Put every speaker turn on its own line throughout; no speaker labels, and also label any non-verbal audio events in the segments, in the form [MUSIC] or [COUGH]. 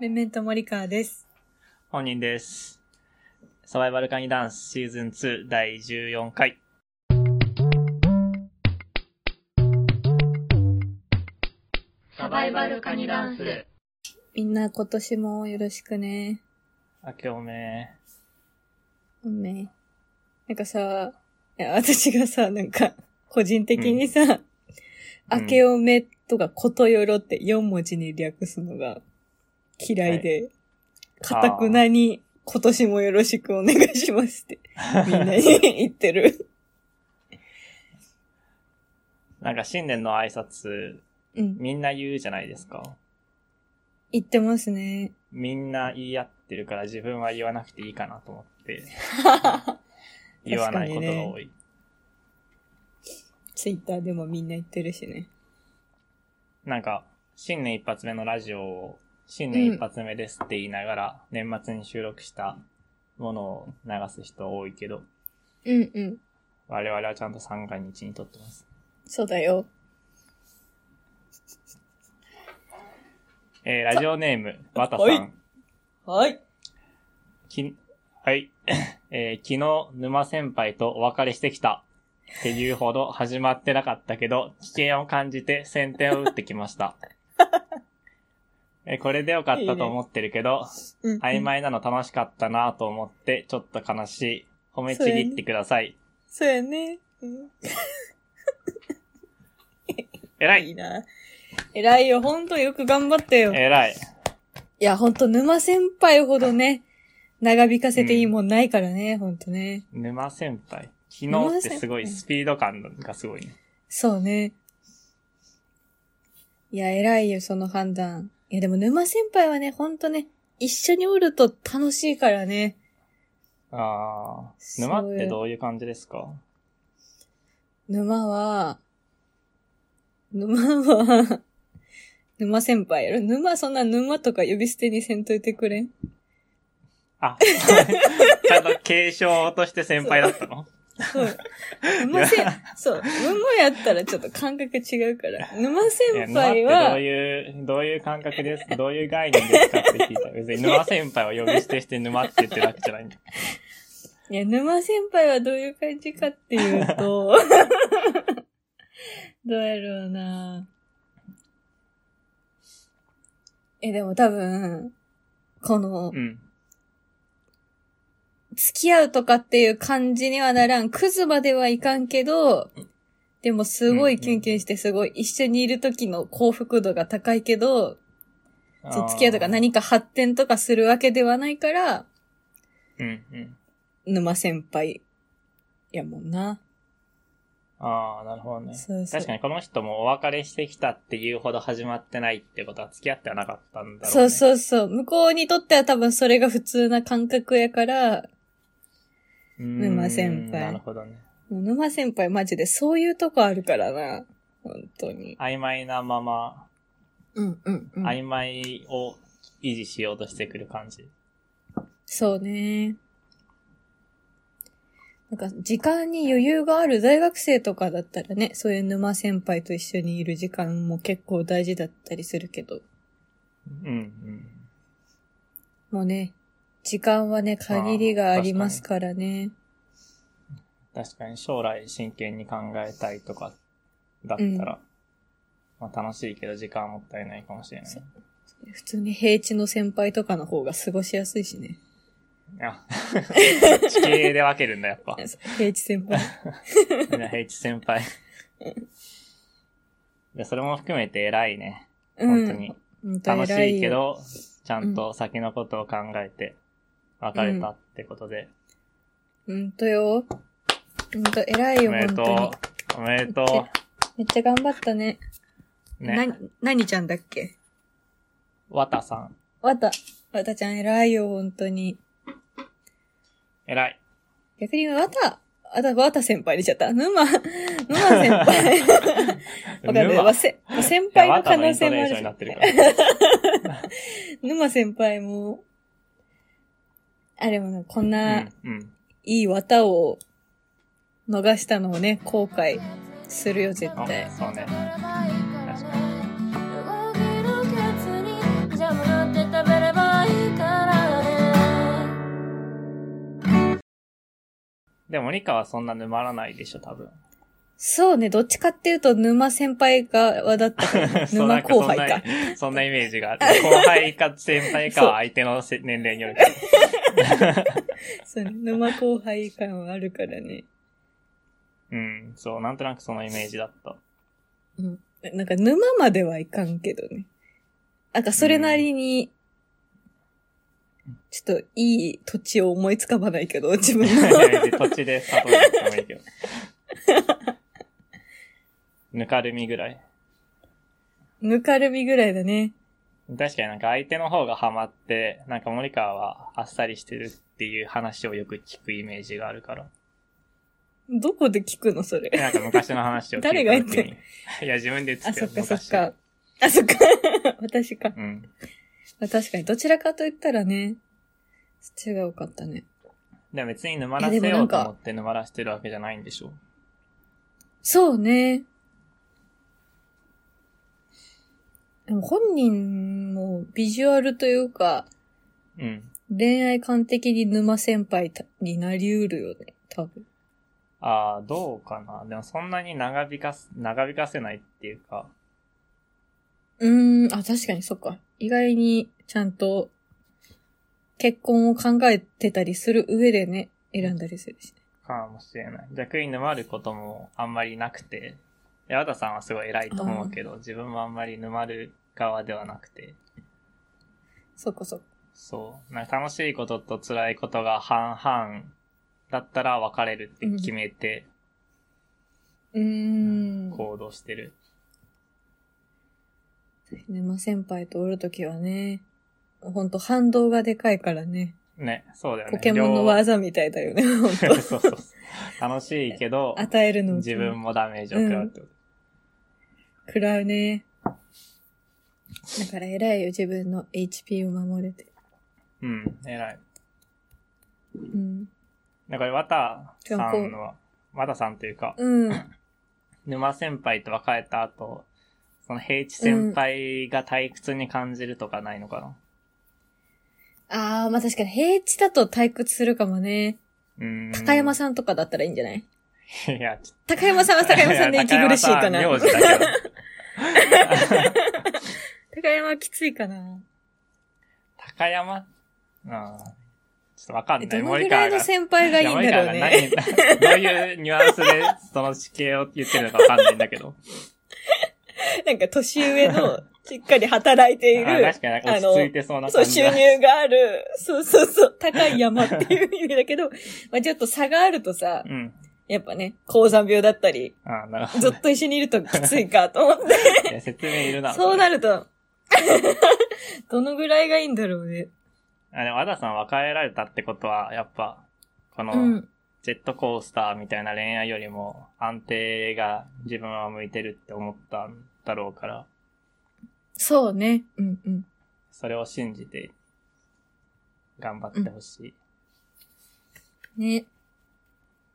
メメントモリカーです。
本人です。サバイバルカニダンスシーズン2第14回。
サバイバルカニダンス。
みんな今年もよろしくね。
明けおめ。
運命。なんかさ、いや私がさ、なんか、個人的にさ、
うん
明けおめとかことよろって4文字に略すのが嫌いで、か
はい
たくなに今年もよろしくお願いします [LAUGHS] って、みんなに言ってる。
なんか新年の挨拶、
うん。
みんな言うじゃないですか。
言ってます [LAUGHS] ね。
みんな言い合ってるから自分は言わなくていいかなと思って、言わ
確か
ない
に
こ
ね
とが多い。
ツイッターでもみんな言ってるしね。
なんか、新年一発目のラジオを、新年一発目ですって言いながら、年末に収録したものを流す人多いけど、
うんうん。
我々はちゃんと三が日に撮ってます。
そうだよ。
えーラジオネーム、わたさ
はい
ん。
はい。
き、はい。 [LAUGHS] えー昨日、沼先輩とお別れしてきた。っていうほど始まってなかったけど、危険を感じて先手を打ってき
[LAUGHS]
ました。えーこれでよかったと思ってるけど、
うんうん
曖昧なの楽しかったなと思って、ちょっと悲しい。褒めちぎってください。
そうやね。うん
えら
いい
い
な。偉いよ。ほんとよく頑張ったよ。い
えらい。
や、ほんと沼先輩ほどね、長引かせていいもんないからね、ほんとね。
沼先輩。昨
沼
日っ
先
て
輩
すごいスピード感がすごいね。
そうね。いや、偉いよ、その判断。いや、でも沼先輩はね、ほんとね、一緒におると楽しいからね。
あー。
そう
沼ってどういう感じですか
沼は、沼は、 [LAUGHS] 沼先輩やろ沼、そんな沼とか呼び捨てにせんといてくれん [LAUGHS]
あ、ちゃんと継承として先輩だったの
そう。沼先、そう。沼やったらちょっと感覚違うから。沼
いや
先
沼って
輩
ど
は
う、いう、どういう感覚ですどういう概念ですかって聞いた。別に沼先輩を呼び捨てして沼って言ってるわけじゃないんだ。
いや、沼先輩はどういう感じかっていうと、 [LAUGHS] どうやろうなえ、でも多分、この
う、ん。
付き合うとかっていう感じにはならん。クズまではいかんけど、でもすごいキュンキュンしてすごい一緒にいる時の幸福度が高いけど、そう付き合うとか何か発展とかするわけではないから、
うんうん。
沼先輩やもんな。
ああ、なるほどね。
そうそう
確かにこの人もお別れしてきたっていうほど始まってないってことは付き合ってはなかったんだろうね。
そうそうそう。向こうにとっては多分それが普通な感覚やから、
うーん。
沼先輩
なるほどね。
もう沼先輩マジでそういうとこあるからな。本当に。
曖昧なまま、
うんうんう
曖昧を維持しようとしてくる感じ。
そうね。なんか、時間に余裕がある大学生とかだったらね、そういう沼先輩と一緒にいる時間も結構大事だったりするけど、
うんうん。
もうね、時間はね、限りがありますからね。
確かに将来真剣に考えたいとかだった
う
ら、
ん
まあ楽しいけど時間はもったいないかもしれない。
そ
い
普通に平地の先輩とかの方が過ごしやすいしね。
や、地形で分けるんだ、やっぱ。
平地先輩。
みんな平地先
[LAUGHS]
輩。いやそれも含めて偉いね。
うん
[LAUGHS] 本当に。。
本当
楽し
偉よ
いけ。ど、ちゃんと先のことを考えて別れたってことで。
本当よ。本当偉い
お
よ、
めで
本
と
当に。
う。おめでと
めっちゃ頑張ったね。
う。
な
ね。、
何ちゃんだっけ
わたさん。
わた、わたちゃん偉いよ、本当に。
偉い。
逆にわた、あた、わた先輩出ちゃ
[LAUGHS]
った。沼、沼先輩。わかんない。
沼
わせ、先
いや
輩
わ
の
た
可
のイ
能
ント
性も
ネ
あ
ーションになっ
る
てるから。
し。沼先輩も、あれもなこんな、
うん、うん。
いい綿を逃したのをね、後悔するよ、絶
あ
対。
そうね。
動けるケツにジャムなんて食べれば
でも、リカはそんな沼らないでしょ、多分。、
そうね、どっちかっていうと、沼先輩側だったから
そうな
[LAUGHS] 沼後
ん
輩か。
そんな、 [LAUGHS] そんなイメージがある。後輩か先輩かは相手のせ年齢によるけど。
そうね、沼後輩感はあるからね。
うん、そう、なんとなくそのイメージだった。
うん。なんか、沼まではいかんけどね。なんか、それなりに、ちょっと、いい土地を思いつかばないけど、自分
い
の。
や別に土地で砂糖やってもいいけど。 [LAUGHS] ぬかるみぐらい。
ぬかるみぐらいだね。
確かになんか相手の方がハマって、なんか森川はあっさりしてるっていう話をよく聞くイメージがあるから。
どこで聞くの、それ。
なんか昔の話を聞いた
[LAUGHS] 誰
時に。
が言ってる
いや、自分で言って
あ、
た
そ
よ
っかそっ
昔
か。あ、そっか。 [LAUGHS] 私か。
うん。
まあ確かに、どちらかと言ったらね、そっちが多かったね。
でも別に沼らせ
いやでもな
ようんと
か
思って沼らしてるわけじゃないんでしょ
そうね。でも本人もビジュアルというか、
う。うん。
恋愛観的に沼先輩たになりうるよね、多分。
ああ、どうかな。でもそんなに長引かす、長引かせないっていうか、
うーん、あ、確かにそっか。意外にちゃんと結婚を考えてたりする上でね、選んだりするし、ね。
かもしれない。逆に沼ることもあんまりなくて、矢田さんはすごい偉いと思うけど、自分もあんまり沼る側ではなくて、
そこそこ。
そう。なんか楽しいことと辛いことが半々だったら別れるって決めて
うーん。
行動してる。
沼先輩とおるときはね、ほんと反動がでかいからね。
ね、そうだよね。
ポケモンの技みたいだよね、ほん
両 [LAUGHS]
と。
そうそうそう楽しいけど、
与えるのを
自分もダメージを食らうってこと。
食らうね。だから偉いよ、自分の HP を守れて。
うん、偉い。
うん。
だから、わたさん
じ
の、わたさんというか、
うん。
沼先輩と別れた後、その平地先輩が退屈に感じるとかないのかな、
あー、まあ確かに平地だと退屈するかもね。
うーん、
高山さんとかだったらいいんじゃない
ん。いや、ちょっ
高山さんは
と。
高山さんで息苦しいかな。
や
高
高山
山
さん名字だけど。
はきついかな。
高山うん。ちょっとわかん
え
な
ど
い。
の
森
ぐ
川
ら
が
いの先輩がいいんだろう
い
ね。
や森川が何、どういうニュアンスでその地形を言ってるのかわかんないんだけど。
[LAUGHS] なんか年上の、しっかり働 [LAUGHS] いてい
あ
る。
確かになんか落ち着いてそうな
そ
感
う、
じ
収
だ。
入がある。そうそうそう、高い山っていう意味だけど、 [LAUGHS] まあちょっと差があるとさ、
うん。
やっぱね、高山病だったり、
あなるほ
ず
ど。
っと一緒にいるときついかと思って、
いや説明い [LAUGHS] るな。
そうなると、 [LAUGHS] どのぐらいがいいんだろうね。
あでも和田さん別れられたってことは、やっぱ、こ
う
の、
ん。
ジェットコースターみたいな恋愛よりも、安定が自分は向いてるって思ったんだろうから、
そうね。うんうん。
それを信じて、頑張ってほしい。
ね。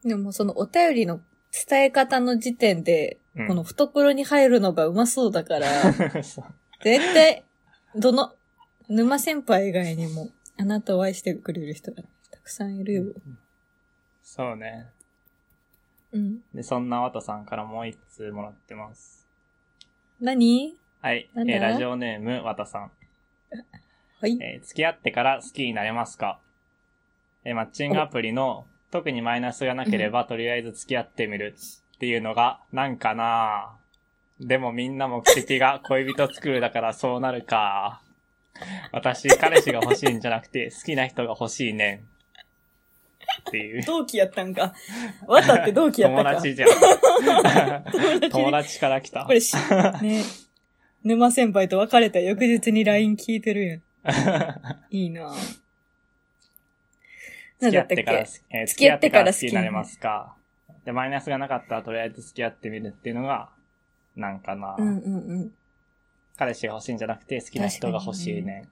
でもそのお便りの伝え方の時点で、
うん [LAUGHS]
この懐に入るのがうまそうだから、 [LAUGHS]
そう
絶対、どの、沼先輩以外にも、あなたを愛してくれる人がたくさんいるよ。
そうね。
うん。
で、そんなワトさんからもう一通もらってます。
何
はい。え
なんだ
ーラジオネーム、ワトさん。
はい。
えー付き合ってから好きになれますかえーマッチングアプリの、特にマイナスがなければ、とりあえず付き合ってみるっていうのが、なんかなぁでもみんな目的が恋人作る
[LAUGHS]
だからそうなるか私、彼氏が欲しいんじゃなくて、好きな人が欲しいねん。っていう。
同期やったんか。わたって同期やった
友
んか。
達じゃ
[LAUGHS]
ん。
達
[LAUGHS] 友達から来た。
これし、 [LAUGHS] ね。沼先輩と別れた翌日に LINE 聞いてるやん。いいなぁ。なん
付き
だ
合
っ
った
って
から、
け
えー付
付
き
き
合
合
っ
ってて
か
からら
好
好
き
き
に
に
な
な
れ
れ
ま
ます
か。で、マイナスがなかったらとりあえず付き合ってみるっていうのが、なんかな、
うんうん
彼氏が欲しいんじゃなくて好きな人が欲しいね。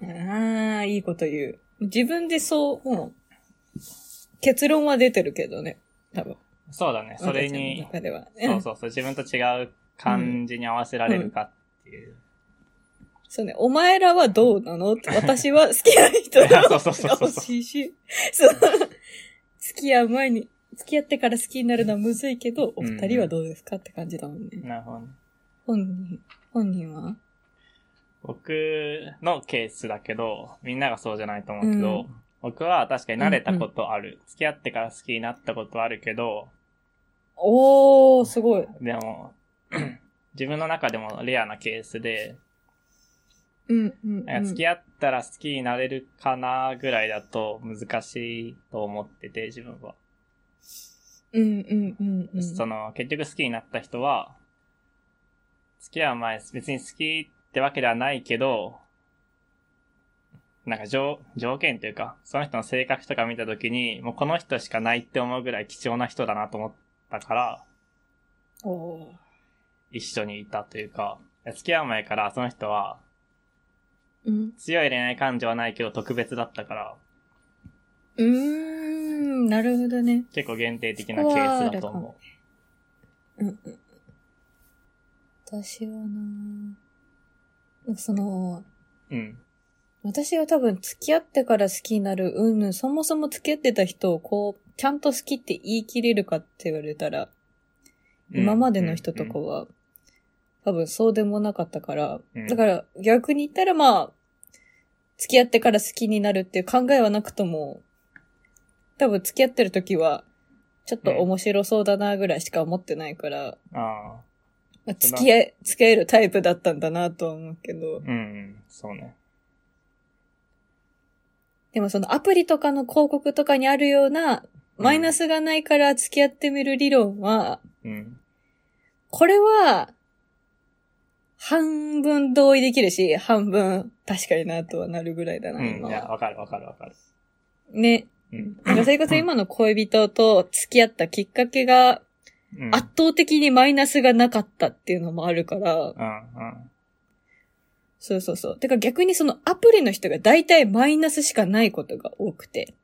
うん。ああ、いいこと言う。自分でそう、もう、結論は出てるけどね。多分。
そうだね。それ
私
に
の、中では。
そう
そ
そうそう、自分と違う感じに合わせられるかっていう。
そうね。お前らはどうなのって私は好きな人
いや [LAUGHS]
が [LAUGHS]
そうそうそうそう
欲しいし、そう。好き合う前に、付き合ってから好きになるのはむずいけど、お二人はどうですかって感じだもんね。
なるほどね。
本人、本人は
僕のケースだけど、みんながそうじゃないと思うけ
う
ど、
ん
僕は確かに慣れたことある、付き合ってから好きになったことあるけど、
おー、すごい。
でも、 [CLEARS THROAT] 自分の中でもレアなケースで、
うん、うん、
なんか付き合ったら好きになれるかなぐらいだと難しいと思ってて、自分は。
うん、うん、うん、うん。
その、結局好きになった人は、付き合う前、別に好きってわけではないけど、なんか条条件というか、その人の性格とか見たときに、もうこの人しかないって思うぐらい貴重な人だなと思ったから、
おー。
一緒にいたというか、付き合う前からその人は、
うん。
強い恋愛感情はないけど特別だったから、
うーん、なるほどね。
結構限定的なケースだと思う。
私はなぁその、
うん。
私は多分付き合ってから好きになる、うんうん、そもそも付き合ってた人をこう、ちゃんと好きって言い切れるかって言われたら、今までの人とか
こ
は、多分そうでもなかったから、
うん
だから逆に言ったらまあ、付き合ってから好きになるっていう考えはなくとも、多分付き合ってる時は、ちょっと面白そうだなぐらいしか思ってないから、
うん。ああ。
まあ
そん
付
な
き合え、付き合えるタイプだったんだなとは思うけど、
うんうん。そうね。
でもそのアプリとかの広告とかにあるような、マイナスがないから付き合ってみる理論は、
うん。
これは、半分同意できるし、半分確かになとはなるぐらいだな、
うん。
今
いや、
は。
わかるわかるわかる。
ね。
うん。
だからそれこそ今の恋人と付き合ったきっかけが
うん。
圧倒的にマイナスがなかったっていうのもあるから、
うんうん。
そうそうそう。てか逆にそのアプリの人が大体マイナスしかないことが多くて、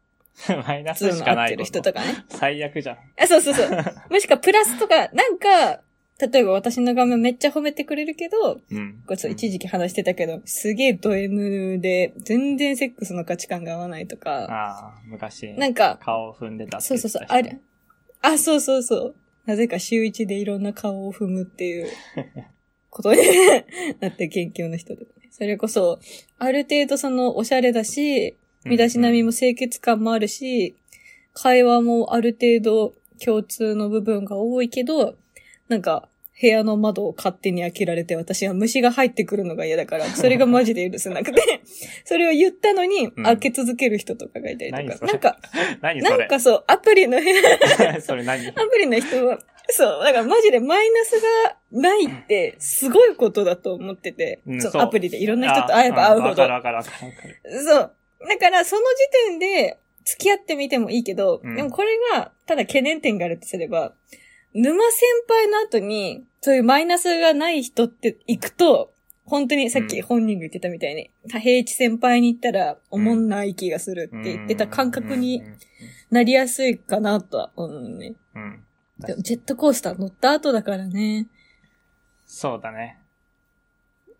[LAUGHS] マイナ
普
ス
通
し
の
か
会っ
ない
て
こ
る人
と。
とかね。
最悪じゃん。
あ、そうそう [LAUGHS] そう。もしくはプラスとか、なんか、例えば私の画面めっちゃ褒めてくれるけど、
うん
これそう一時期話してたけど、すげえド M で、全然セックスの価値観が合わないとか、
ああ、昔。
なんか、
顔を踏んでたって
そ
言
う
って
そ
た
う
人
そう、ある。あ、そうそうそう。なぜか週一でいろんな顔を踏むって [LAUGHS] いう、ことに [LAUGHS] なって、研究の人とかね。それこそ、ある程度その、おしゃれだし、身だしなみも清潔感もあるし、会話もある程度共通の部分が多いけど、なんか、部屋の窓を勝手に開けられて、私は虫が入ってくるのが嫌だから、それがマジで許せなく
[LAUGHS]
て、それを言ったのに、
うん
開け続ける人とかがいたり
何
とか、
それ
なんか、
うん。何そ
な
れ
んかそう、アプリの部 [LAUGHS] 屋、
[LAUGHS] それ何
アプリの人は、そう、だからマジでマイナスがないって、すごいことだと思ってて、
うん
そう
そう
アプリでいろんな人と会えば会うほ
あー
ど
ん、わかるわかるわかる
そう。だから、その時点で付き合ってみてもいいけど、
うん
でもこれが、ただ懸念点があるとすれば、沼先輩の後に、そういうマイナスがない人って行くと、本当にさっき
うん
本人が言ってたみたいに、多平一先輩に行ったら、おもんない気がする
わかる。
って言ってた感覚に
うん。
なりやすいかなとは思うね。
うんうん。
でもジェットコースター乗った後だからね。
そうだね。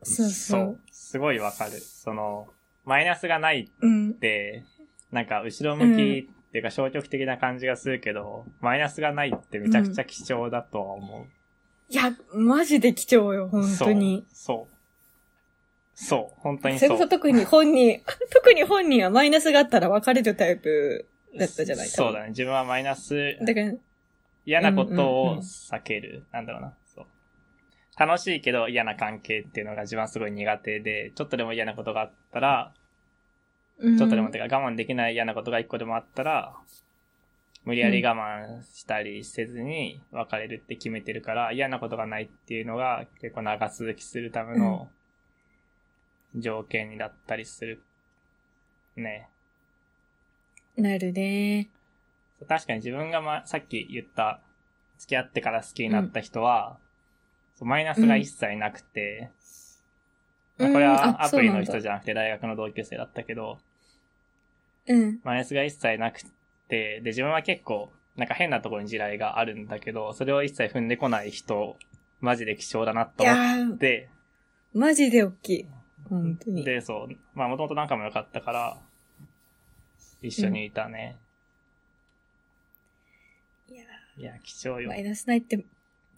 そうそう。う。
すごいわかる。その、マイナスがない
ん
っ。て、なんか後ろ向きっていうか消極的な感じがするけど、マイナスがないってめちゃくちゃ貴重だとは思
いや、マジで貴重よ、
う。
本当に。
そう。そう。そう。本当に
そ
そ
れこ
う。
そ特に本人、 [LAUGHS] 特に本人はマイナスがあったら別れるタイプだったじゃない多分
そうだね。自分はマイナス、
だから、
嫌なこと
うんうんうん
を避ける。なんだろうな。そう。楽しいけど嫌な関係っていうのが自分はすごい苦手で、ちょっとでも嫌なことがあったら、
うん
ちょっとでもてか我慢できない嫌なことが一個でもあったら、無理やり我慢したりせずに別れるって決めてるから、嫌なことがないっていうのが結構長続きするための条件になったりする。ね。
なるね。
確かに自分が、ま、さっき言った付き合ってから好きになった人は、そうマイナスが一切なくて、まあこれはアプリの人
ゃ
じゃなくて大学の同級生だったけど、
うん。
マイナスが一切なくて、で、自分は結構、なんか変なところに地雷があるんだけど、それを一切踏んでこない人、マジで貴重だなと
いや
思っ
ー、
て、
マジで大きい。本当に。
で、そう、まあもともと仲も良かったから、一緒にいたね。
いや
いや、貴重
ー
よ
マ。イナスないって、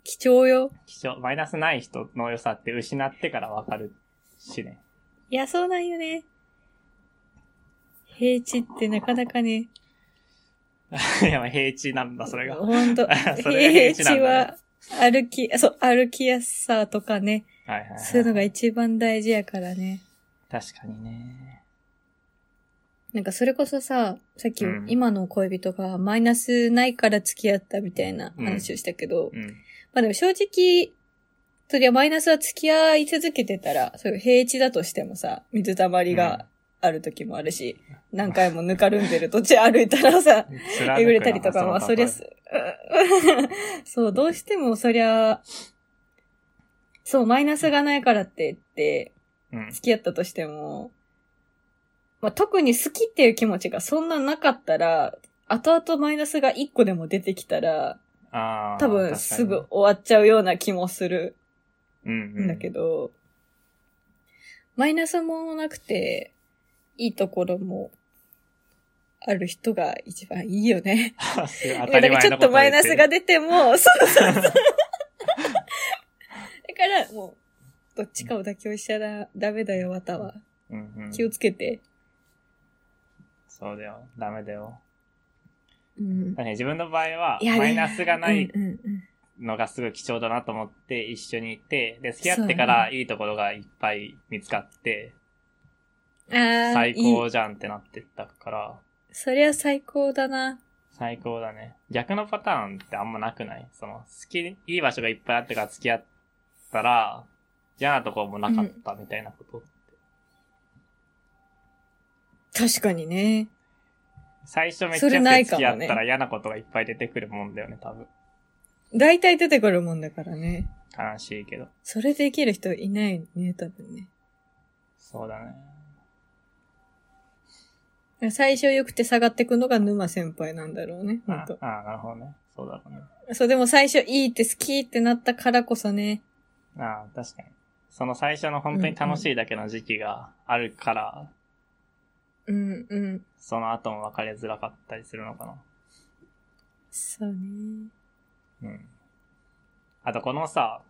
貴重よ。
貴重。マイナスない人の良さって失ってからわかるしね。 [LAUGHS]
いや、そうなんよね。平地ってなかなかね、
いや、まあ平地なんだ、それが。
ほんと、
[LAUGHS] それが平
平
地なん
地
だね
は歩き、そう、歩きやすさとかね、
はいはいはい。
そういうのが一番大事やからね。
確かにね。
なんかそれこそさ、さっき
うん
今の恋人がマイナスないから付き合ったみたいな話をしたけど、
うん。
まあでも正直、そりゃマイナスは付き合い続けてたら、そういう平地だとしてもさ、水たまりがある時もあるし、何回もぬかるんでる途中歩いたらさ、えぐれたりとかも、そりゃす、そう、どうしてもそりゃ、そう、マイナスがないからって言って、
うん。
付き合ったとしても、まあ、特に好きっていう気持ちがそんななかったら、後々マイナスが一個でも出てきたら、
ああ。
多分すぐ終わっちゃうような気もする
うん。
んだけど、マイナスもなくて、いいところもある人が一番いいよね。
[LAUGHS] ど。当
だ
た
か
り前のこと言ってる
らちょっとマイナスが。出ても、そうそうそう。だからもう、どっちかを妥協しちゃだダメだよ、わたは。
うんうん。
気をつけて。
そうだよ。ダメだよ。
うん、
だからね自分の場合はい
やね
マイナスがない
うんうんうん
のがすごい貴重だなと思って一緒にいて、で、付き合ってからいいところがいっぱい見つかって、
ああ、
最
いい
高じゃんってなってったから、
そりゃ最高だな。
最高だね。逆のパターンってあんまなくないその、好き、いい場所がいっぱいあってから付き合ったら、嫌なところもなかったみたいなこと。
確かにね。
最初めっち
それ
ゃ
ないか
付き
も
合っ
ね
たら嫌なことがいっぱい出てくるもんだよね、多分。
大体出てくるもんだからね。
悲しいけど。
それできる人いないね、多分ね。
そうだね。
最初良くて下がってくのが沼先輩なんだろうね、ほん
あ
と。
あ、なるほどね。そうだろうね。
そう、でも最初いいって好きってなったからこそね。
ああ、確かに。その最初の本当に楽しいだけの時期があるから、
うんうん。
その後も別れづらかったりするのか
そうね。
な。うん。あとこのさ、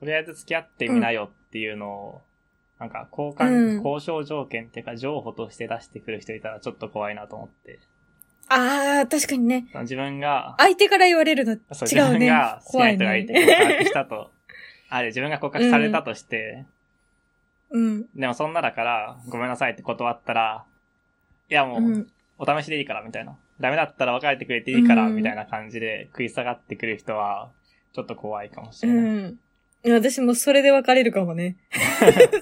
とりあえず付き合ってみなよっていうのを、なんか交換、
うん
交渉条件っていうか情報として出してくる人いたらちょっと怖いなと思って。
ああ、確かにね。
その自分が、
相手から言われるの
そう
違
自
う
分
ね
が。好き
怖
ない人がいて
ね。
告 [LAUGHS] 白したと、あれ自分が告白されたとして、
うん。
でもそんなだから、ごめんなさいって断ったら、いやもう、
うん。
お試しでいいからみたいな。ダメだったら別れてくれていいから
うん
みたいな感じで食い下がってくる人は、ちょっと怖いかもし
う
れない。
ん。私もそれで別れるかも
[LAUGHS]
ね。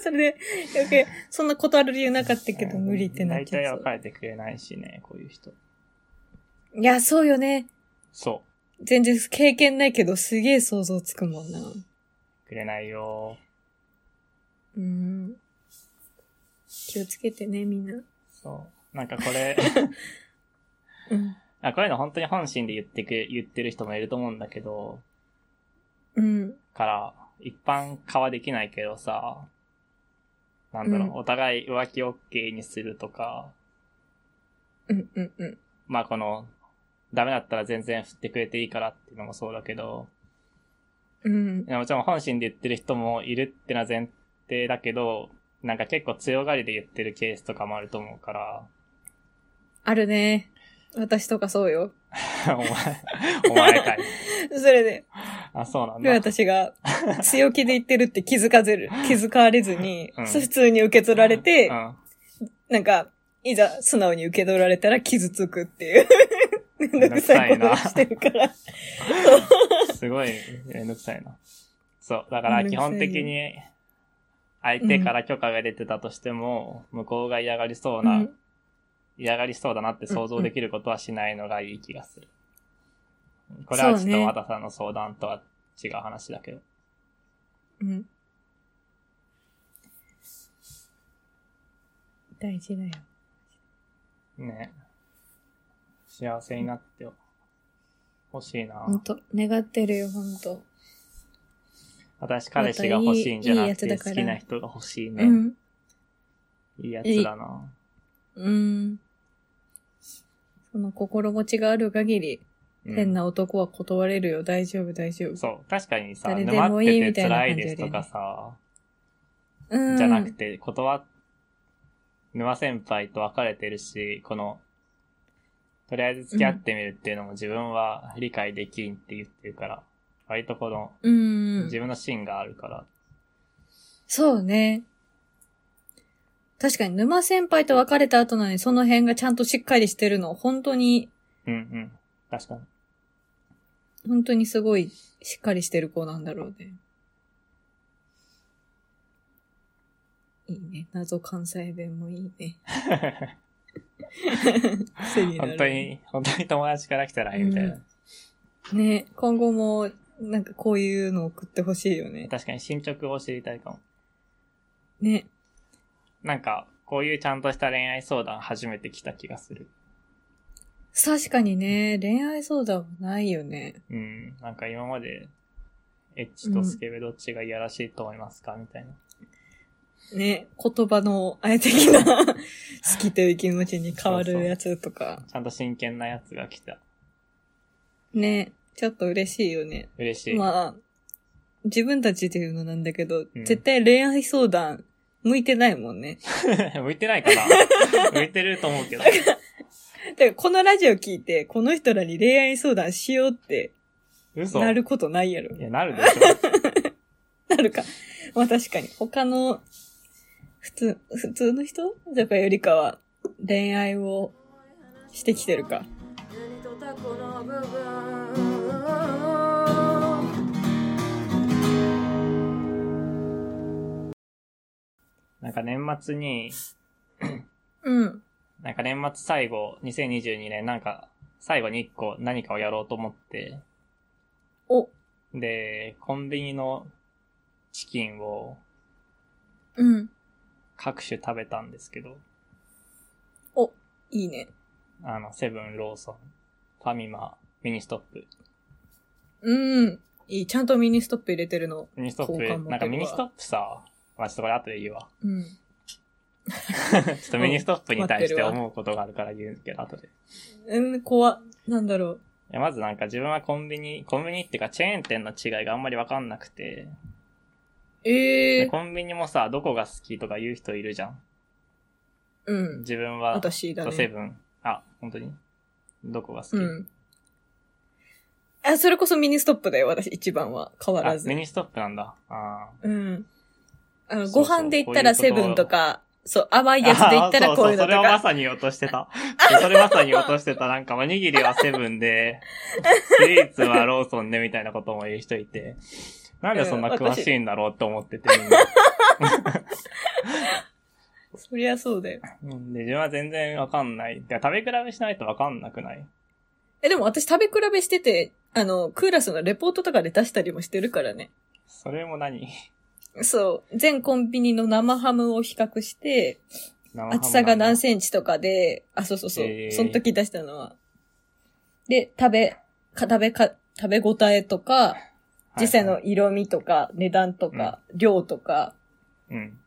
それで、よく、そんな断る理由なかったけど無理ってなっちゃ
大
う
体
そう
別れてくれないしね、こういう人。
いや、そうよね。
そ
全然経験ないけど、すげえ想像つくもんな。
う。くれないよ。
うん。気をつけてね、みんな。
そう。なんかこ
[LAUGHS]
れ、
うん。
あこういうの本当に本心で言ってく、言ってる人もいると思うんだけど、
うん。
から、一般化はできないけどさ、なんだろう、
うん
お互い浮気 OK にするとか、
うん、うん、うん。
まあこの、ダメだったら全然振ってくれていいからっていうのもそうだけど、
うん
い。やもちろん本心で言ってる人もいるってのは前提だけど、なんか結構強がりで言ってるケースとかもあると思うから、
あるね。私とかそうよ。
お前、お前かい。
それで、
あ、そうなん
で
だ。
私が強気で言ってるって気づかずる、気づかれずに、
うん
普通に受け取られて、
うん。
なんか、いざ素直に受け取られたら傷つくっていう。めん
ど
ど
く
く
さ
さ
い
い
な
ことをしてるから。
すごい、めんどくさいな。そう。だから
めんど
基
くさいよ
本的に、相手から許可が出てたとしても、向こうが嫌がりそうな、
うん
嫌がりそうだなって想像できることはしないのがいい気がする。これはちょ
そ
っ
う
と
ね
和田さんの相談とは違う話だけど。
うん。大事だよ。
ね。幸せになってほしいな
ほ。んと、願ってるよ、ほんと。
私、彼氏が欲しいんじゃなくて、
また
好
いいい
き
い
な
や
人が欲しいうね。
ん。
いいやつだな。
うん。その心持ちがある限り、
うん
変な男は断れるよ。大丈夫、大丈夫。
そう。確かにさ、
誰で
沼っ
もいい
て
みた
て
いな
辛
感
い
じより
ですとかさ、
うん。
じゃなくて、断っ、沼先輩と別れてるし、この、とりあえず付き合ってみるっていうのも自分は理解できんって言ってるから、割とこの、
うん。
自分の芯があるから、
そうね。確かに、沼先輩と別れた後なのに、その辺がちゃんとしっかりしてるの、本当に、
うんうん。確かに。
本当にすごい、しっかりしてる子なんだろうね。いいね。謎関西弁もいいね。癖になる
本当。に、本当に友達から来たらいいみたいな。
ね、今後も、なんかこういうの送ってほしいよね。
確かに進捗を知りたいかも。
ね。
なんか、こういうちゃんとした恋愛相談初めて来た気がする。
確かにね、恋愛相談はないよね。
うん。なんか今まで、エッチとスケベどっちがいやらしいと思いますか、みたいな。
ね、言葉のあえ的
[LAUGHS]
な好きという気持ちに変わるやつとか。
ちゃんと真剣なやつが来た。
ね、ちょっと嬉しいよね。
嬉しい。
まあ、自分たちで言うのなんだけど、
うん
絶対恋愛相談向いてないもんね。
[LAUGHS] 向いてないか
[LAUGHS]
な向いてると思うけど。
だからこのラジオ聞いて、この人らに恋愛相談しようって
嘘
なることないやろ
い。や、なるでし
[LAUGHS]
ょ。
なるか。まあ確かに、他の、普通、普通の人とかよりかは、恋愛をしてきてるか。
何とたこの部分
なんか年末に、
うん。
なんか年末最後、2022年なんか、最後に一個何かをやろうと思って、
お、
で、コンビニのチキンを
うん。
各種食べたんですけど、
いいね。
あの、セブン、ローソン、ファミマ、ミニストップ。
うん。いい。ちゃんとミニストップ入れてるの。
ミニスト
好感持て
ッ
る
プ、
わ
なんかミニストップさ、まあ、ちょっとこれ後で
[LAUGHS]
言うわ。
うん。
ちょっとミニストップに対して思うことがあるから言うけど、後で。い
うん、怖っ。なんだろ
やまずなんか自分はコンビニ、コンビニっていうかチェーン店の違いがあんまりわかんなくて、
う。え
で
え
コンビニもさ、どこが好きとか言う人いるじゃん。
うん。
自分は、
私だ
そう
ね。
セブン。あ、本当にどこが好き、
うん。あ、それこそミニストップだよ、私一番は。変わ
あ
ら、ず
ミ。ニストップなんだ。あー
うん。あの、
そう
ご
そう
飯で言ったら
こうい
セ
うこと
ブンとか、そう、甘いやつで言った
あ
ら
ー
こ
そうう
い
そ
の
うう、それ
と
をま
か。
さに落としてた。それまさに落としてた。なんか、おにぎりはセブン
[LAUGHS]
で、スイーツはローソンでみたいなことも言う人いて、なんでそんな詳しいんだろうって思ってて、みんな
そりゃそうだよ。 [LAUGHS]
うんで、自分は全然わかんない。いや食べ比べしないとわかんなくない
え、でも私食べ比べしてて、あの、クーラスのレポートとかで出したりもしてるからね。
それも
[LAUGHS]
何
そう。全コンビニの生ハムを比較して、厚さが何センチとかで、あ、そうそうそう。
へー
その時出したのは。で、食べ、か、食べか、食べ応えとか、実際の色味とか、値段とか、量とか。
うん。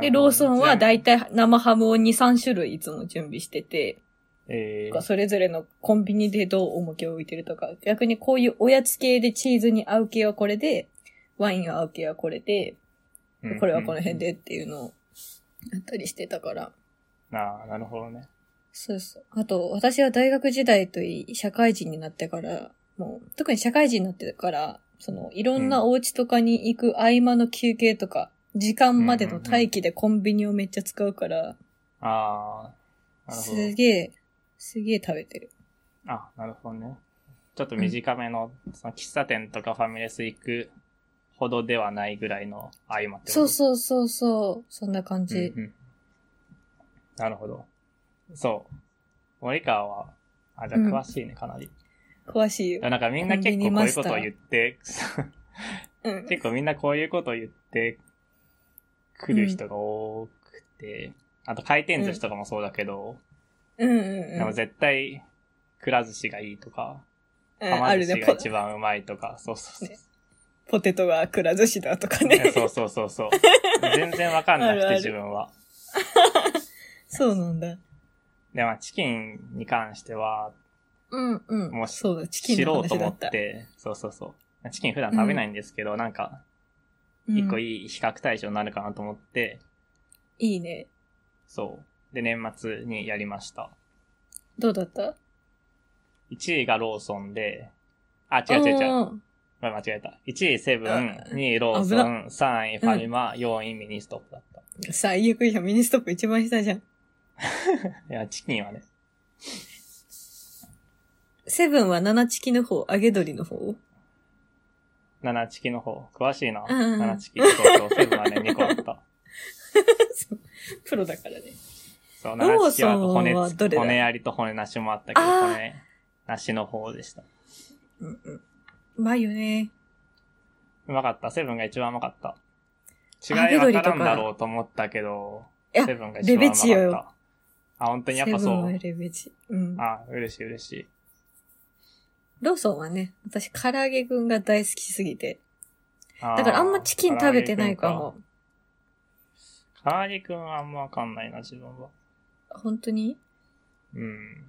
で、ローソンはだい
体、
たい生ハムを2、3種類いつも準備してて、
え
それぞれのコンビニでどう重きを置いてるとか、逆にこういうおやつ系でチーズに合う系はこれで、ワインは合う系はこれで、
ー
これはこの辺。でっていうのを、やったりしてたから。
うんうんああ、なるほどね。
そうそう。あと、私は大学時代といい、社会人になってから、もう、特に社会人になってから、その、いろんなお家とかに行く合間の休憩とか、時間までの待機でコンビニをめっちゃ使うから、
ああ、なるほ
す
ど。
げえ、すげえ食べてる。
あ、なるほどね。ちょっと短めの、その喫茶店とかファミレス行くほどではないぐらいの合間ってこと
そうそうそうそう、そんな感
うん
じ。
うんなるほど。そう。森川は、あ、じゃあ
うん
詳しいね、かなり。
詳しい
で
よ
も。なんかみんな結構こういうことを言って、
うん。
結構みんなこういうことを言ってくる人が多くて、あと回転寿司とかもそうだけど、
うんうん
でも
うん。
絶対、くら寿司がいいとか、
うん
は
あ
ま
る
寿司
ね
が
ポ、
一番うまいとか、そうそうそう。
ポテトがくら寿司だとかね。
そうそうそうそう。全然わかんな
[LAUGHS]
く
あるあ
て
る
自分は。
[LAUGHS] そうなんだ。
で、まあチキンに関しては、
うんうん。
もう
そうだ、チキ
知
ンの
ろうと
話だ
思っ
った。
て、そうそうそう。チキン普段食べないんですけど、なんか、
うん
一個いい比較対象になるかなと思って、
いいね。
そう。で、年末にやりました。
どうだった
1位がローソンで、あ、違う違う違う。
う。
まあ間違えた。1位セブン、2位ロー
危
ソン、3位ファミマ、4位ミニストップだった。
最悪やん、ミニストップ一番下じゃん。
いや、チキンはね、
セブンは七チキの方、揚げ鶏の方
7チキの方、詳しいな。
うんうん
7チキ、そうそう、セブンはね、2個
[LAUGHS]
あった。
プロだからね。
そう、
ロ
7
ー
チキは
ソ
骨
ンは
つ
どれだ
骨ありと骨なしもあったけど、
あー
骨なしの方でした。
うんうん。うまいよね。
うまかった。セブンが一番うまかった。
揚
違い
げ
分
鶏
か
とから
んだろうと思ったけど、
いや
セブンが一番うまか
レベチ
っ
よ
た。あ、本当にやっぱ
セブン
そ
は
う。
レベチ。うん。
あ、嬉しい嬉しい。
ローソンはね、私唐揚げくんが大好きすぎて。
あー
だからあんまチキン食べてないか。も。
唐揚げくんはあんまわかんないな、自分は。
本当に
うん。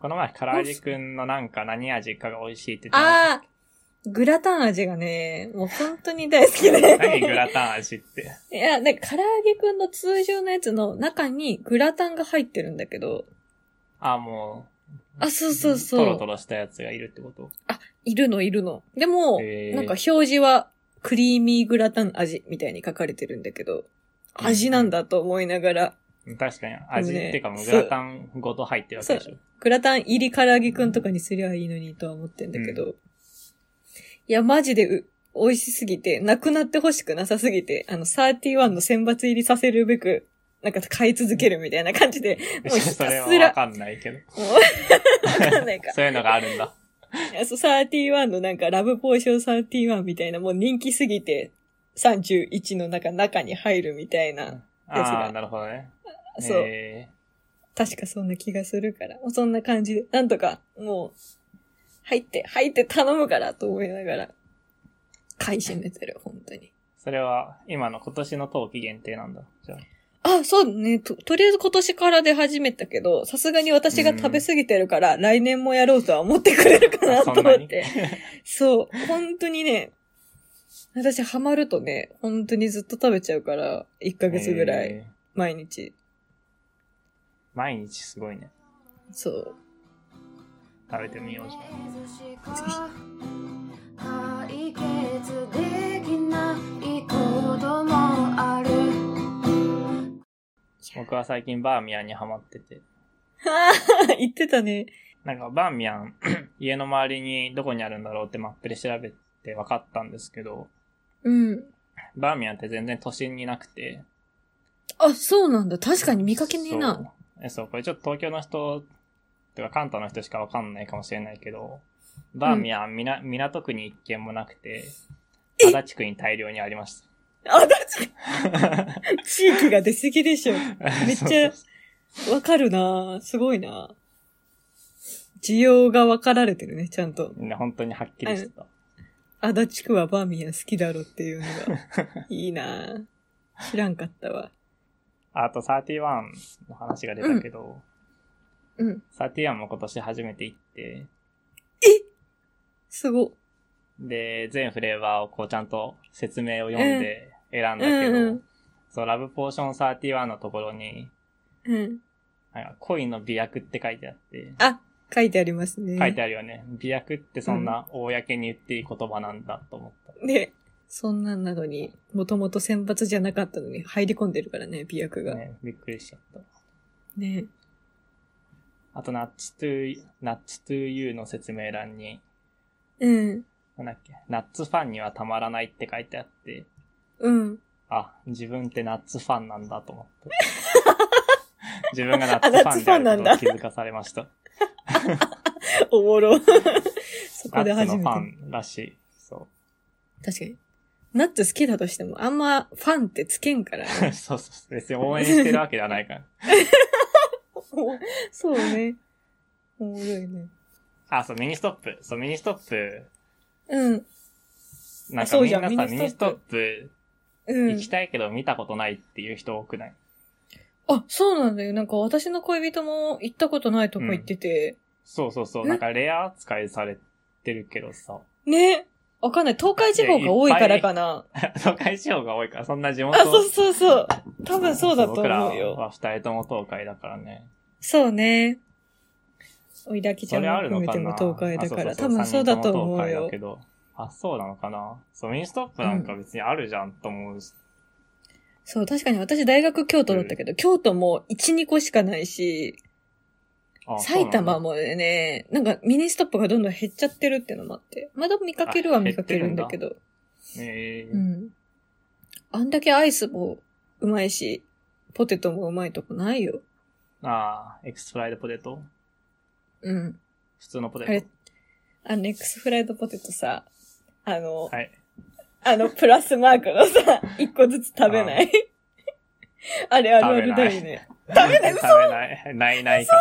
この前、唐揚げくんのなんか何味かが美味しいって言ってな
あ
かっ
あグラタン味がね、もう本当に大好きで。
た。何グラタン味って。
[LAUGHS] いや、なんか唐揚げくんの通常のやつの中にグラタンが入ってるんだけど、
あ、もう。
あそうそうそう
トロトロしたやつがいるってこと
いるのいるの。でも、
へー
なんか表示はクリーミーグラタン味みたいに書かれてるんだけど、
うん
味なんだと思いながら、
確かに、味っ
でもね
ていうかもうグ
そう
ラタンごと入ってるわけでしょ。
グラタン入り唐揚げくんとかにすりゃいいのにとは思ってんだけど、いや、マジでう美味しすぎて、なくなってほしくなさすぎて、あの、31の選抜入りさせるべく、なんか買い続けるみたいな感じで、もうひたす
それ
ら
はわかんないけど。
もう、わかんないか。
そういうのがある
[LAUGHS]
んだ。
いやそう、31のなんか、ラブポーション31みたいな、もう人気すぎて、31の中、中に入るみたいな。ですが
ああ、なるほどね。
そう。
え
確かそんな気がするから。もうそんな感じで、なんとか、もう、入って、入って頼むからと思いながら、買い占めてる、本当に。
ーそれは、今の今年の冬季限定なんだ。じゃあ。
あ、そうね。と、とりあえず今年から出始めたけど、さすがに私が食べ過ぎてるから、来年もやろうとは思ってくれるかな
あ
と
そん
思
な
っ
に
て。 [LAUGHS] そう。本当にね、私ハマるとね、本当にずっと食べちゃうから、1ヶ月ぐらい、
え
毎日。
ー毎日すごいね。
そう。 [LAUGHS]
食べてみようじゃん。
解決できないこともある
僕は最近バーミヤンにハマってて。
ああ、言ってたね。
なんかバーミヤン、 [CLEARS THROAT] 家の周りにどこにあるんだろうってマップで調べて分かったんですけど、
うん。
バーミヤンって全然都心になくて。
あ、そうなんだ。確かに見かけねえな。
そう。えそう、これちょっと東京の人、とか関東の人しか分かんないかもしれないけど、バーミヤン、みな港区に一軒もなくて、
え
足立区に大量にありました。
あ、だち、地域が出過ぎで
[LAUGHS]
しょ。めっちゃわかるなすごいな需要が分かられてるね、ちゃんと。
ね、本当にはっきりしてた。
足立区はバーミヤン好きだろっていうの
[LAUGHS]
が、いいな知らんかったわ。
あと31の話が出たけど、
うん。
31も今年初めて行って、
すご。
で、全フレーバーをこうちゃんと説明を読んで選んだけ
う
ど、
んうん
そう、ラブポーション31のところに、
うん。
なんか恋の美薬って書いてあって、
あ、書いてありますね。
書いてあるよね。美薬ってそんな公に言っていい言葉なんだと思った。
ね。そんなんなのに、もともと選抜じゃなかったのに入り込んでるからね、美薬が。ね。
ね、びっくりしちゃった。あと、ナッツトゥー、ナッツトゥーユーの説明欄に、
うん。
なんだっけ、ナッツファンにはたまらないって書いてあって、
うん。
あ、自分ってナッツファンなんだと
[LAUGHS]
思って。自分がナッ
あナッツ
ツフ
フ
ァ
ァ
ン
ン
で
な
あ
ん
ること
だ
を気づかされました。
おもろ。 [LAUGHS] そ
ナ
こで
ッツ
初
の
め
フ
て。
ァンらしい。そ
確かに。ナッツ好きだとしても、あんまファンってつけんから
[LAUGHS]
ね。
う。 [LAUGHS] そうそう。別に応援してるわけではないから。
そうね。おもろいね。
あ、そう、ミニストップ。そう、ミニストップ。
うん。
なんか
そう
みん
じゃ
なんさ、ミニ
ミニ
ス
スト
トッ
ッ
プ
う
行
ん
き。たいけど見たことないっていう人多くない、
ああ、そうなんだよ。なんか私の恋人も行ったことないとこ行ってて。
そうそうそう。
え
なんかレア扱いされてるけどさ。 [LAUGHS]
ね。わかんない。東海地方が多いからかな。
東海地方が多いから、そんな地元。
あ、そうそうそう。多分そうだと思
僕ら
うよ。
は二人とも東海だからね。
そうね。おいらきちゃ
そ
ん
れ
も
ある
含
の
め
か
ても
な
東海だから。
あ
多分そうだと思う
三人も東海
よ
だけ。ど。あ、そうなのかなそう、ミンストップなんか別にあるじゃんと思うし。
そう、確かに私大学京都だったけど、京都も1、2個しかないし、
あ
埼玉
も
もね、なんかミニストップがどんどん減っちゃってるっていうのもあって。まだ見かけるは見かけるんだけど。
え
う
ー
ん。あんだけアイスもうまいし、ポテトもうまいとこないよ。
ああ、エクスフライドポテト
うん。
普通のポ
あ
テ
れあの、エクスフライドポテトさ、あの、
ト。はい。
あの、プラスマークのさ、一個ずつ食べない。 [LAUGHS] あれあるあるだよね。
食べない食べない。ないないか。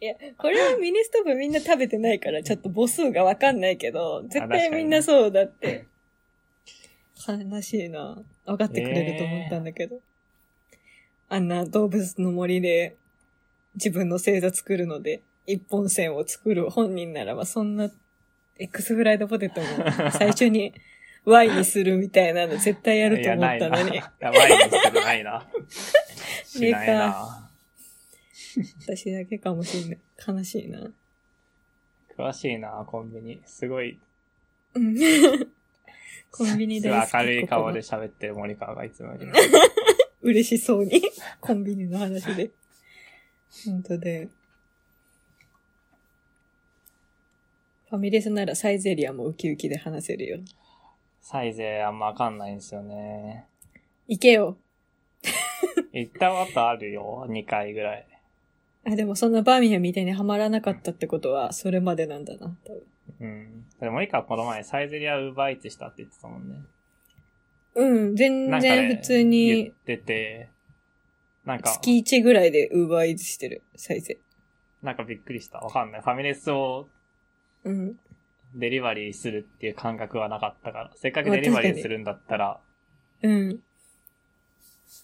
いや、これはミニストップみんな食べてないから、ちょっと母数がわかんないけど、絶対みんなそうだって。悲しいな。分かってくれると思ったんだけど。あんな動物の森で自分の星座作るので、一本線を作る本人ならば、そんな X フライドポテトも
[LAUGHS]
最初に Y にするみたいなの絶対やると思ったの
い
に。
やないなやばいですけど、ないな。しないな。
私だけかもしんない。悲しいな。
詳しいな、コンビニ。すごい、 [LAUGHS]
うん。コンビニ
す
で
ごい明るい顔で喋ってる森川がいつもよりも。
嬉しそう
[LAUGHS]
に、コンビニの話で。本当で。ファミレスならサイゼリアもウキウキで話せるよ。
サイゼあんまわかんないんですよね。
行けよ。
行ったことあるよ、2回ぐらい。
あ、でもそんなバーミヤンみたいにはまらなかったってことは、それまでなんだな、多分。
うん。でも森川この前サイゼリアウーバーイーツしたって言ってたもんね。
うん、
な
全
んかね
然普通
言っ
に、
てて、なんか、
月1ぐらいでウーバーイーツしてる、サイゼ。
なんかびっくりした。わかんない。ファミレスを
うん。
デリバリーするっていう感覚はなかったから、せっかくデリバリーするんだったら、
うん。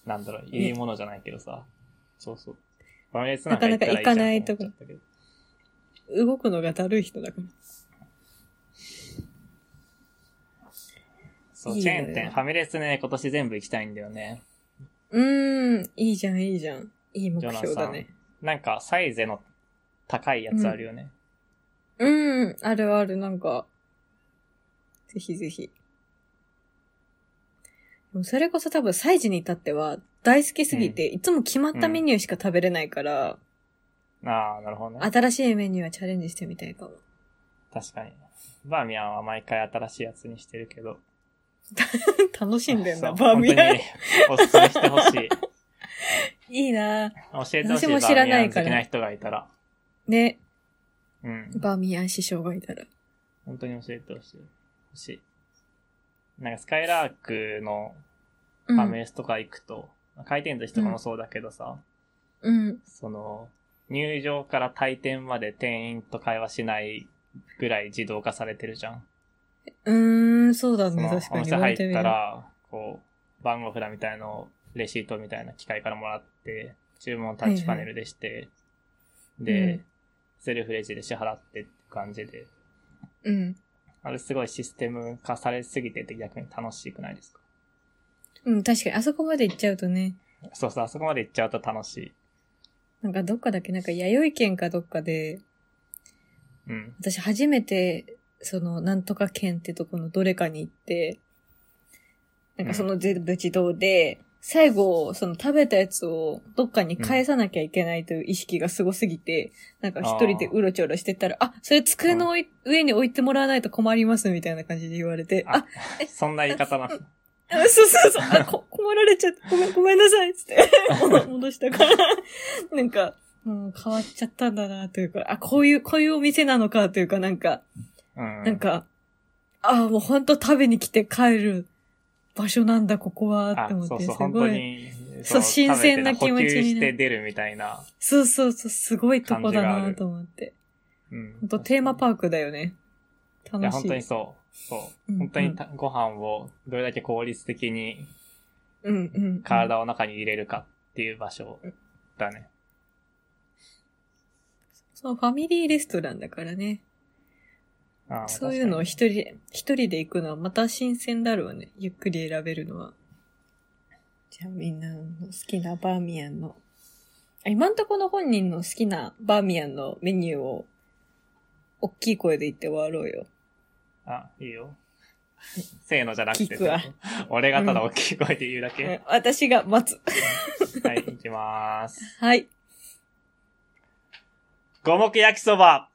なんだろう、いいものじゃないけどさ。そうそう。ファミレス
なかなか行かないとこ
こ。
動くのがだるい人だから。
そう、
いい
チ
よ
ェーン店、ファミレスね、今年全部行きたいんだよね。
うーん、いいじゃん、いいじゃん。いい目
ジョナ
標
さ
だ
ん。
ね。
なんか、サイゼの高いやつあるよね。
うん、あるある、なんか。ぜひぜひ。でもそれこそ多分、サイズに至っては、大好きすぎて、いつも決まったメニューしか食べれないから、
ああ、なるほどね。
新しいメニューはチャレンジしてみたいかも。
確かに。バーミヤンは毎回新しいやつにしてるけど。
楽しんでん
そ
な、
う
バーミヤン。
本当におすすめし
[LAUGHS]
てほしい。
いいな
教えてほしい。
私も知らないから
バーミヤン好きな人がいたら。
ね、
うん。
バーミヤン師匠がいたら。
本当に教えてほしい。欲しい。なんか、スカイラークの
う
ファミ
ん。
レスとか行くと、回転寿司とかもそうだけどさ、
うん。
その、入場から退店まで店員と会話しないぐらい自動化されてるじゃん。
うーん、そうだ
そ
ね、
の
確
お
かに。
店
言われて
入っ
み
た
れば
ら、こう、番号札みたいのをレシートみたいな機械からもらって、注文タッチパネルでして、で、
うん
セルフレジで支払ってって感じで、
うん。
あれすごいシステム化されすぎてて逆に楽しくないですか
うん、確かに、あそこまで行っちゃうとね、
そうそう、あそこまで行っちゃうと楽しい。
なんかどっかだっけ、なんか弥生県かどっかで、
うん。
私初めて、その、なんとか県ってとこのどれかに行って、なんかその全部自動で、最後、その食べたやつをどっかに返さなきゃいけないという意識がすごすぎて、なんか一人でうろちょろしてたら、あ、それ机のおい上に置いてもらわないと困りますみたいな感じで言われて、あ、
そんな言い方なの。
あそうそうそう、あ、こ困られちゃって、ごめん、ごめんなさいっつって、戻戻したから、なんか、もう変わっちゃったんだなというか、あ、こういう、こういうお店なのかというか、なんか、
うん。
なんか、ああ、もうほんと食べに来て帰る場所なんだ、ここは、っ
あ
て思って、
そうそう、
す
本
ご
当
い。
に、
そう新鮮な気持ちに
食べて補給して出るみたいな。
そうそうそう、すごいとこだ
感じがあ
な
る
と思って。
うん。
ほんとテーマパークだよね。
いや、
楽
本
し
当に
い。
そう。そうう。
ん
本当にたご飯をどれだけ効率的に
うんうん。
体を中に入れるかっっていう場所だね。
そう、ファミリーレストランだからね。
ああ
そういうのを
確か
一人、一人で行くのはまた新鮮だろうね。ゆっくり選べるのは。じゃあみんなの好きなバーミヤンの。あ今んとこの本人の好きなバーミヤンのメニューを、大きい声で言って終わろうよ。
にあ、いいよ。せーのじゃなくて
聞くわ。
[LAUGHS] 俺がただ大きい声で言うだけ。
私が待つ。
はい、いきまーす。
はい。
五目焼きそば